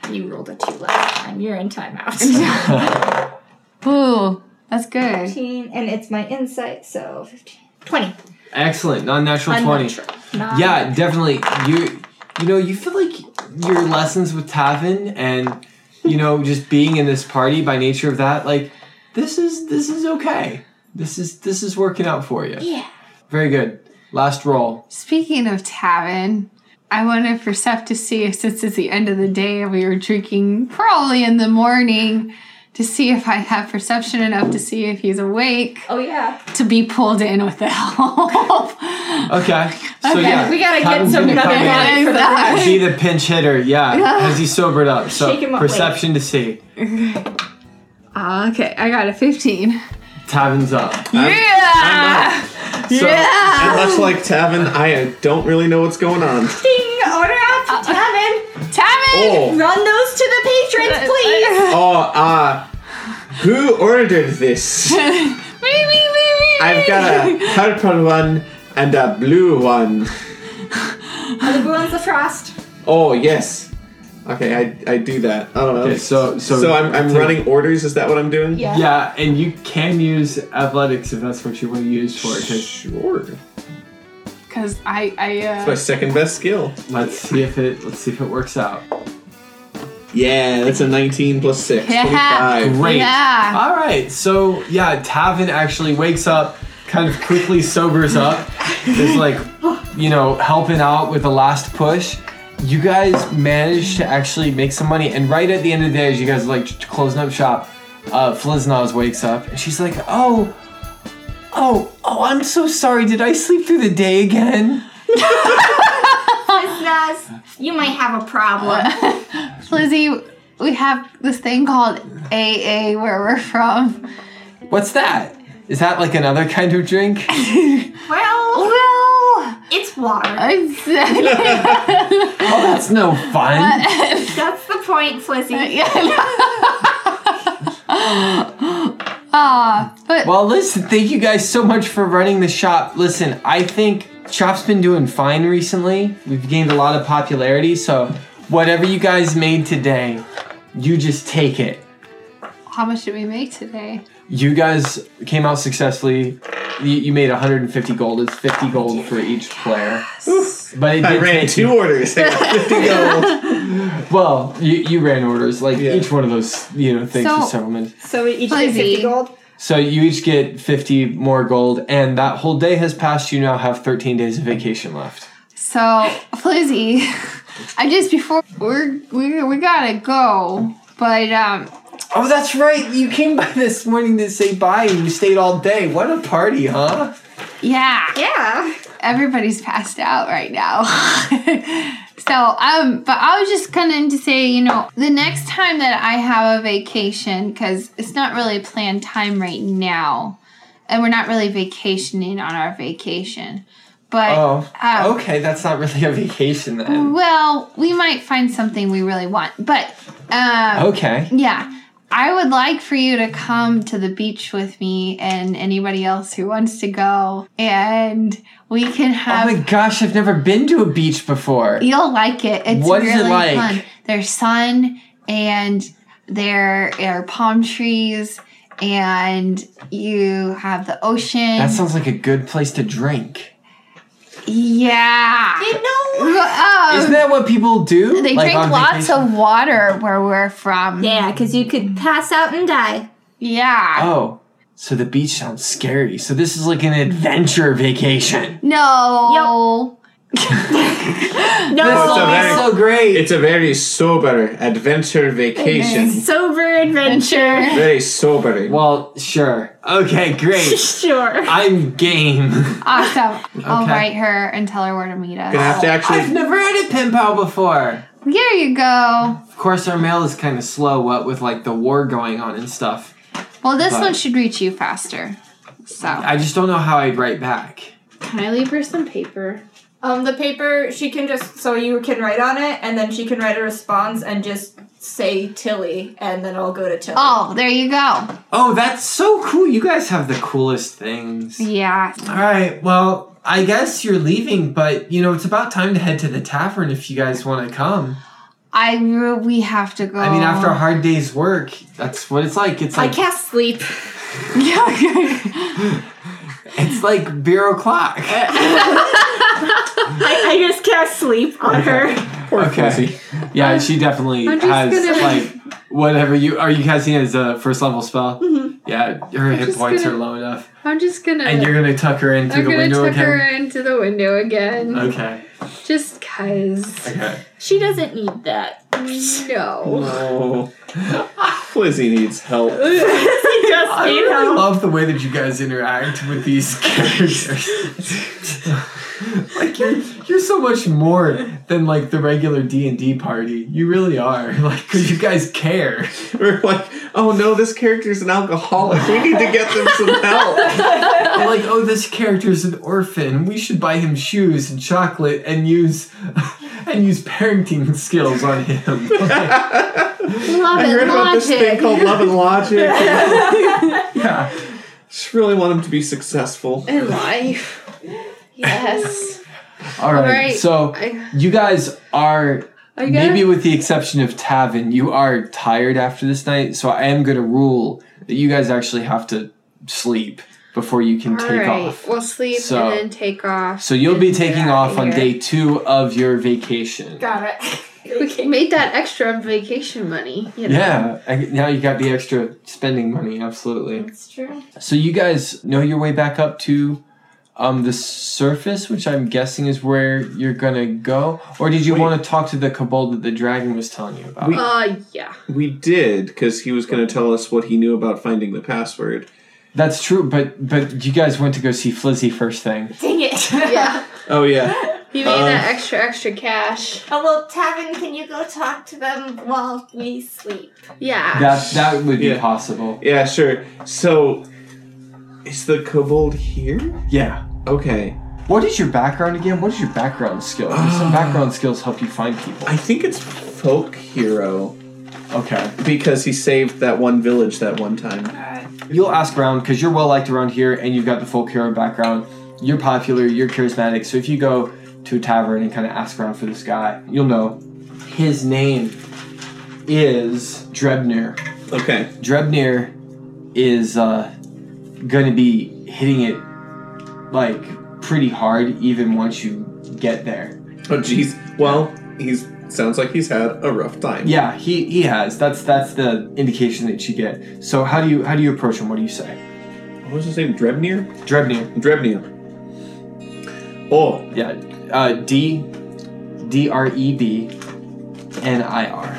them. You rolled a two last time. You're in timeout. Ooh, that's good. 15, and it's my insight, so 15. 20. Excellent. Non-natural twenty. Unnatural. Not- Yeah, definitely. You you know, you feel like your lessons with Tavin and you know, just being in this party by nature of that, like this is this is okay. This is this is working out for you. Yeah. Very good. Last roll. Speaking of Tavin, I want to percept to see since it's the end of the day and we were drinking probably in the morning to see if I have perception enough to see if he's awake Oh, yeah. to be pulled in with the help. Okay. So yeah, we gotta get Tavin's some gonna come nothing in, on for the Exactly. rush. Be the pinch hitter, yeah. Has he sobered up? So Shake him up, perception to see. okay, I got a 15. Tavin's up. yeah! So, Yeah! And much like Tavin, I don't really know what's going on. Ding! Order up to Tavin! Tavin! Oh, Run those to the patrons, please! oh, ah. who ordered this? Wee, wee, wee, wee, I've got a purple one and a blue one. Are the blue ones the frost? Oh, yes. Okay, I, I do that. I don't know. Oh, Okay, so so so I'm, I'm running orders, is that what I'm doing? Yeah. Yeah, and you can use athletics if that's what you want to use for it. 'cause Sure. It's Because I, I, my uh, second best skill. Let's see if it let's see if it works out. Yeah, that's a 19 plus 6. Yeah. 25. Great. Yeah. All right. So yeah, Tavin actually wakes up, kind of quickly sobers up. Is like, you know, helping out with the last push. You guys managed to actually make some money, and right at the end of the day, as you guys are, like closing up shop, uh, Fliznaz wakes up and she's like, "Oh, oh, oh! I'm so sorry. Did I sleep through the day again?" Listeners, you might have a problem. Lizzie, we have this thing called AA where we're from. What's that? Is that like another kind of drink? Well, It's water. Exactly. Oh, that's no fun. That's the point, Flizzy. Ah, but Well, listen, thank you guys so much for running the shop. Listen, I think shop's been doing fine recently. We've gained a lot of popularity, so whatever you guys made today, you just take it. how much did we make today? You guys came out successfully. You, you made 150 gold. It's 50 gold for each player. But it did I ran take two you- orders. I got 50 gold. Well, you, you ran orders like Yeah. each one of those, you know, things So- for several minutes. So we each Flizzy. get 50 gold. So you each get 50 more gold, and that whole day has passed. You now have 13 days of vacation left. So, Flizzy, I just before we're we we gotta go, but um, Oh, that's right. You came by this morning to say bye and you stayed all day. What a party, huh? yeah, Yeah. everybody's passed out right now. so, um, but I was just going to say, you know, the next time that I have a vacation, because it's not really planned time right now, and we're not really vacationing on our vacation, but Oh. um, Okay, that's not really a vacation then. well, we might find something we really want, but um, Okay. yeah. I would like for you to come to the beach with me and anybody else who wants to go, and we can Oh have my gosh, I've never been to a beach before. You'll like it. It's What is it really like? fun. There's sun and there are palm trees and you have the ocean. That sounds like a good place to drink. yeah. You know. Um, Isn't that what people do? they Like, drink on lots vacation? of water where we're from. Yeah, because you could pass out and die. Yeah. Oh, so the beach sounds scary. So this is like an adventure vacation. No. That's a No. very- so great. It's a very sober adventure vacation. Sober adventure. Very sobering. well, sure. Okay, great. sure. I'm game. Awesome. I'll Okay. write her and tell her where to meet us. Gonna have to I've actually. never had a pen pal before. There you go. Of course, our mail is kind of slow, what with like the war going on and stuff. Well, this Bye. one should reach you faster. So. I just don't know how I'd write back. Can I leave her some paper? Um, the paper she can just so you can write on it, and then she can write a response and just say Tilly, and then it'll go to Tilly. Oh, there you go. Oh, that's so cool. You guys have the coolest things. Yeah. All right, well, I guess you're leaving, but you know, it's about time to head to the tavern if you guys want to come. I re- we have to go. I mean, after a hard day's work, that's what it's like. It's I like can't sleep. it's like beer o'clock. I, I just can't sleep on her. Poor Okay. Fuzzy. Yeah, she definitely Uh, I'm has just gonna- like whatever you are you casting as a first level spell. Yeah, her hit Mm-hmm. just points gonna- are low enough, I'm just gonna. and you're gonna tuck her in through I'm the gonna window tuck again. her into the window again. Okay. Just cause. Okay. She doesn't need that. No. Oh. Flizzy needs help. She just I need really help. love the way that you guys interact with these characters. like you're you're so much more than like the regular D and D party. You really are. Like because you guys care. We're like, oh no, this character's an alcoholic. We need to get them some help. They're like, oh, this character's an orphan. We should buy him shoes and chocolate and use and use parenting skills on him. love I it, heard about this thing logic. called love and logic. yeah. Just really want him to be successful. In life. Yes. All right. Alright. So I, you guys are I gotta- maybe with the exception of Tavin, you are tired after this night. So I am gonna rule that you guys actually have to sleep before you can take Alright, off. We'll sleep So- and then take off. So you'll be taking Yeah, off on yeah. day two of your vacation. Got it. We c- made that extra vacation money. You know? Yeah, I, now you got the extra spending money. Absolutely. That's true. So you guys know your way back up to um, the surface, which I'm guessing is where you're gonna go, or did you Wait. want to talk to the kobold that the dragon was telling you about? We- Uh, yeah. We did, because he was going to tell us what he knew about finding the password. That's true, but but you guys went to go see Flizzy first thing. Dang it. Yeah. Oh, yeah. We Uh, made that extra, extra cash. Oh, well, Tavin, can you go talk to them while we sleep? Yeah. That that would be Yeah. possible. Yeah, sure. So, is the kobold here? Yeah. Okay. What is your background again? What is your background skill? Do Uh, some background skills help you find people. I think it's folk hero Okay. because he saved that one village that one time. You'll ask around because you're well liked around here and you've got the folk hero background. You're popular, you're charismatic. So if you go to a tavern and kind of ask around for this guy, you'll know. His name is Drebnir. Okay. Drebnir is uh, going to be hitting it like pretty hard even once you get there. Oh jeez. Well, he's sounds like he's had a rough time. Yeah, he, he has. That's that's the indication that you get. So how do you how do you approach him? What do you say? What was his name? Drebnir? Drebnir. Drebnir. Oh, Yeah. Uh, D D R E B N I R.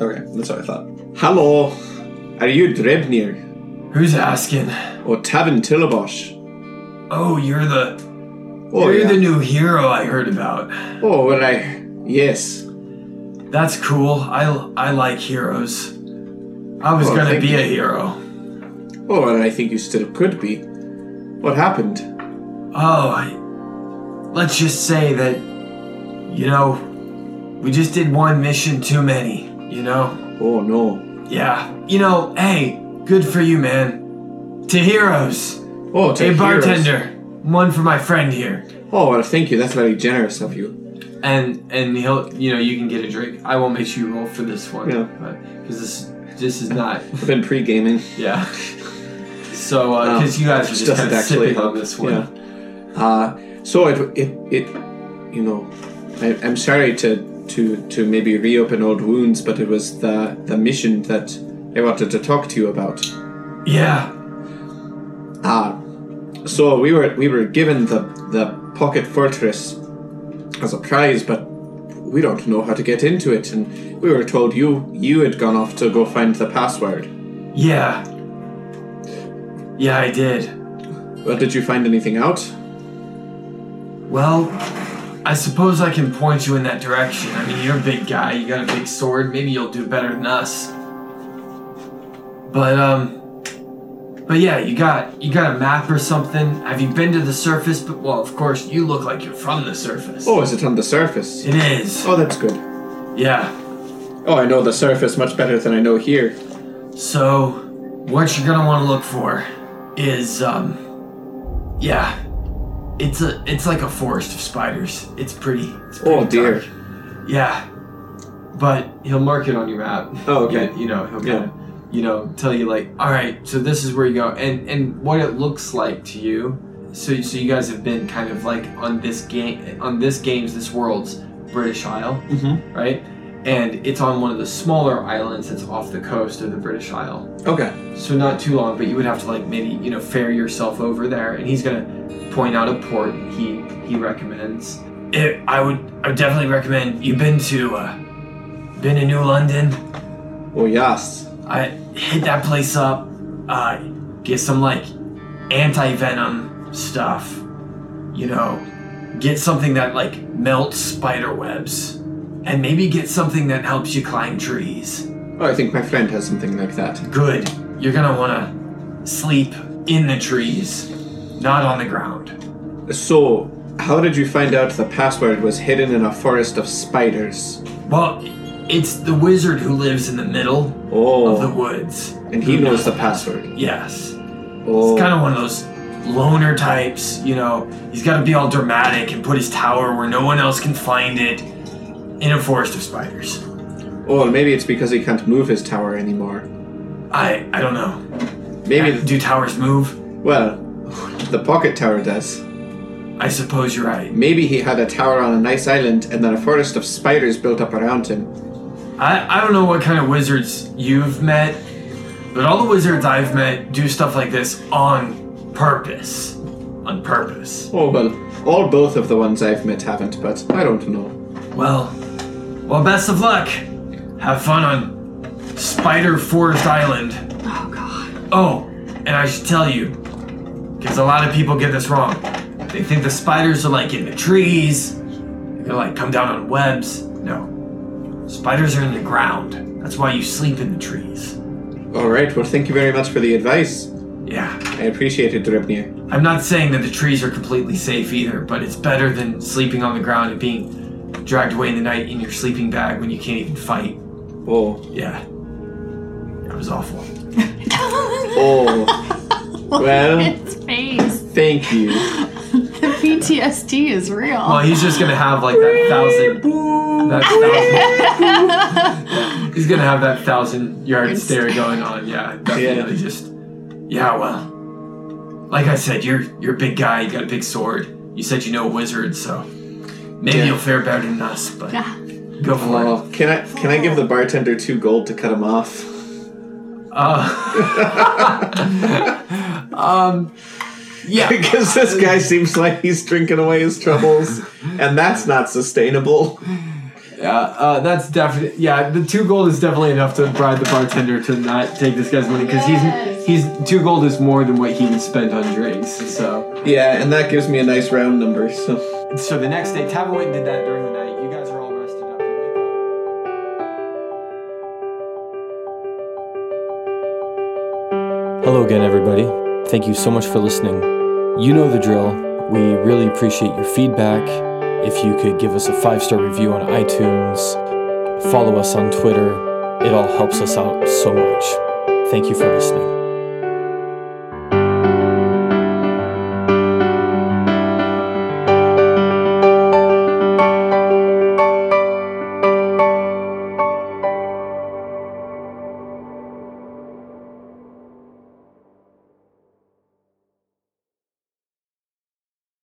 okay. That's what I thought. Hello. Are you Drebnir? Who's asking? Or Tavin Tillabosh? Oh, you're the Oh, yeah. new hero I heard about. oh, well, I. Yes. That's cool. I I like heroes. I was Oh, gonna thank be you. a hero. Oh, well, I think you still could be. What happened? Oh, I, let's just say that, you know, we just did one mission too many, you know? Oh no. Yeah. You know, hey, good for you, man. To heroes. Oh, to hey, heroes. bartender. One for my friend here. Oh, well, thank you. That's very generous of you. And and he'll, you know, you can get a drink. I won't make you roll for this one. Yeah. Because this this is not, I've been pre-gaming. yeah. So, because Um, you guys are which just doesn't kind of actually sipping on help. this one. Yeah. Uh, so it, it, it, you know, I, I'm sorry to, to, to maybe reopen old wounds, but it was the, the mission that I wanted to talk to you about. yeah. Ah, so we were we were given the the pocket fortress as a prize, but we don't know how to get into it, and we were told you you had gone off to go find the password. Yeah. Yeah, I did. Well, did you find anything out? Well, I suppose I can point you in that direction. I mean, you're a big guy, you got a big sword, maybe you'll do better than us. But um but yeah, you got you got a map or something. Have you been to the surface? But well, of course, you look like you're from the surface. Oh, is it on the surface? It is. Oh, that's good. Yeah. Oh, I know the surface much better than I know here. So, what you're going to want to look for is um yeah. It's a it's like a forest of spiders. It's pretty. It's pretty Oh dear. dark. Yeah, but he'll mark it on your map. Oh, okay. You, you know, he'll Yeah. kind of, you know, tell you like, all right, so this is where you go, and and what it looks like to you. So so you guys have been kind of like on this game, on this game's, this world's British Isle, Mm-hmm. right? And it's on one of the smaller islands that's off the coast of the British Isle Okay. so not too long, but you would have to like maybe you know ferry yourself over there, and he's gonna point out a port he he recommends. It, I would I would definitely recommend. You've been to uh, been to New London. Oh yes. I hit that place up. Uh, get some like anti venom stuff. You know, get something that like melts spider webs, and maybe get something that helps you climb trees. Oh, I think my friend has something like that. Good. You're gonna wanna sleep in the trees, not on the ground. So, how did you find out the password was hidden in a forest of spiders? Well, it's the wizard who lives in the middle Oh. of the woods. And he knows the password. Yes. Oh, He's kind of one of those loner types, you know. He's gotta be all dramatic and put his tower where no one else can find it in a forest of spiders. oh, and maybe it's because he can't move his tower anymore. I I don't know. Maybe, do towers move? well, the pocket tower does. I suppose you're right. Maybe he had a tower on a nice island, and then a forest of spiders built up around him. I, I don't know what kind of wizards you've met, but all the wizards I've met do stuff like this on purpose. On purpose. Oh well, all both of the ones I've met haven't, but I don't know. Well, well, best of luck. Have fun on Spider Forest Island. Oh god. Oh, and I should tell you, because a lot of people get this wrong. They think the spiders are like in the trees, they're like come down on webs. No, spiders are in the ground. That's why you sleep in the trees. All right, well, thank you very much for the advice. Yeah. I appreciate it, Dripnir. I'm not saying that the trees are completely safe either, but it's better than sleeping on the ground and being dragged away in the night in your sleeping bag when you can't even fight. Oh. Yeah. That was awful. Oh. well, It's face. thank you. The PTSD is real. Well, he's just gonna have like that thousand. That thousand he's gonna have that thousand yard stare going on. Yeah, definitely. Yeah. Just yeah. Well, like I said, you're you're a big guy. You got a big sword. You said you know a wizard, so maybe Yeah. you'll fare better than us. But Yeah. go for it. Oh, can I can I give the bartender two gold to cut him off? Uh, um, yeah. Because this guy seems like he's drinking away his troubles, and that's not sustainable. Uh, uh, that's definitely yeah. The two gold is definitely enough to bribe the bartender to not take this guy's money because Yes. he's he's two gold is more than what he would spend on drinks. So Yeah, and that gives me a nice round number. So. so the next day, Tavawin did that during the night. You guys are all rested up. You wake up. Hello again, everybody. Thank you so much for listening. You know the drill. We really appreciate your feedback. If you could give us a five star review on iTunes, follow us on Twitter, it all helps us out so much. Thank you for listening.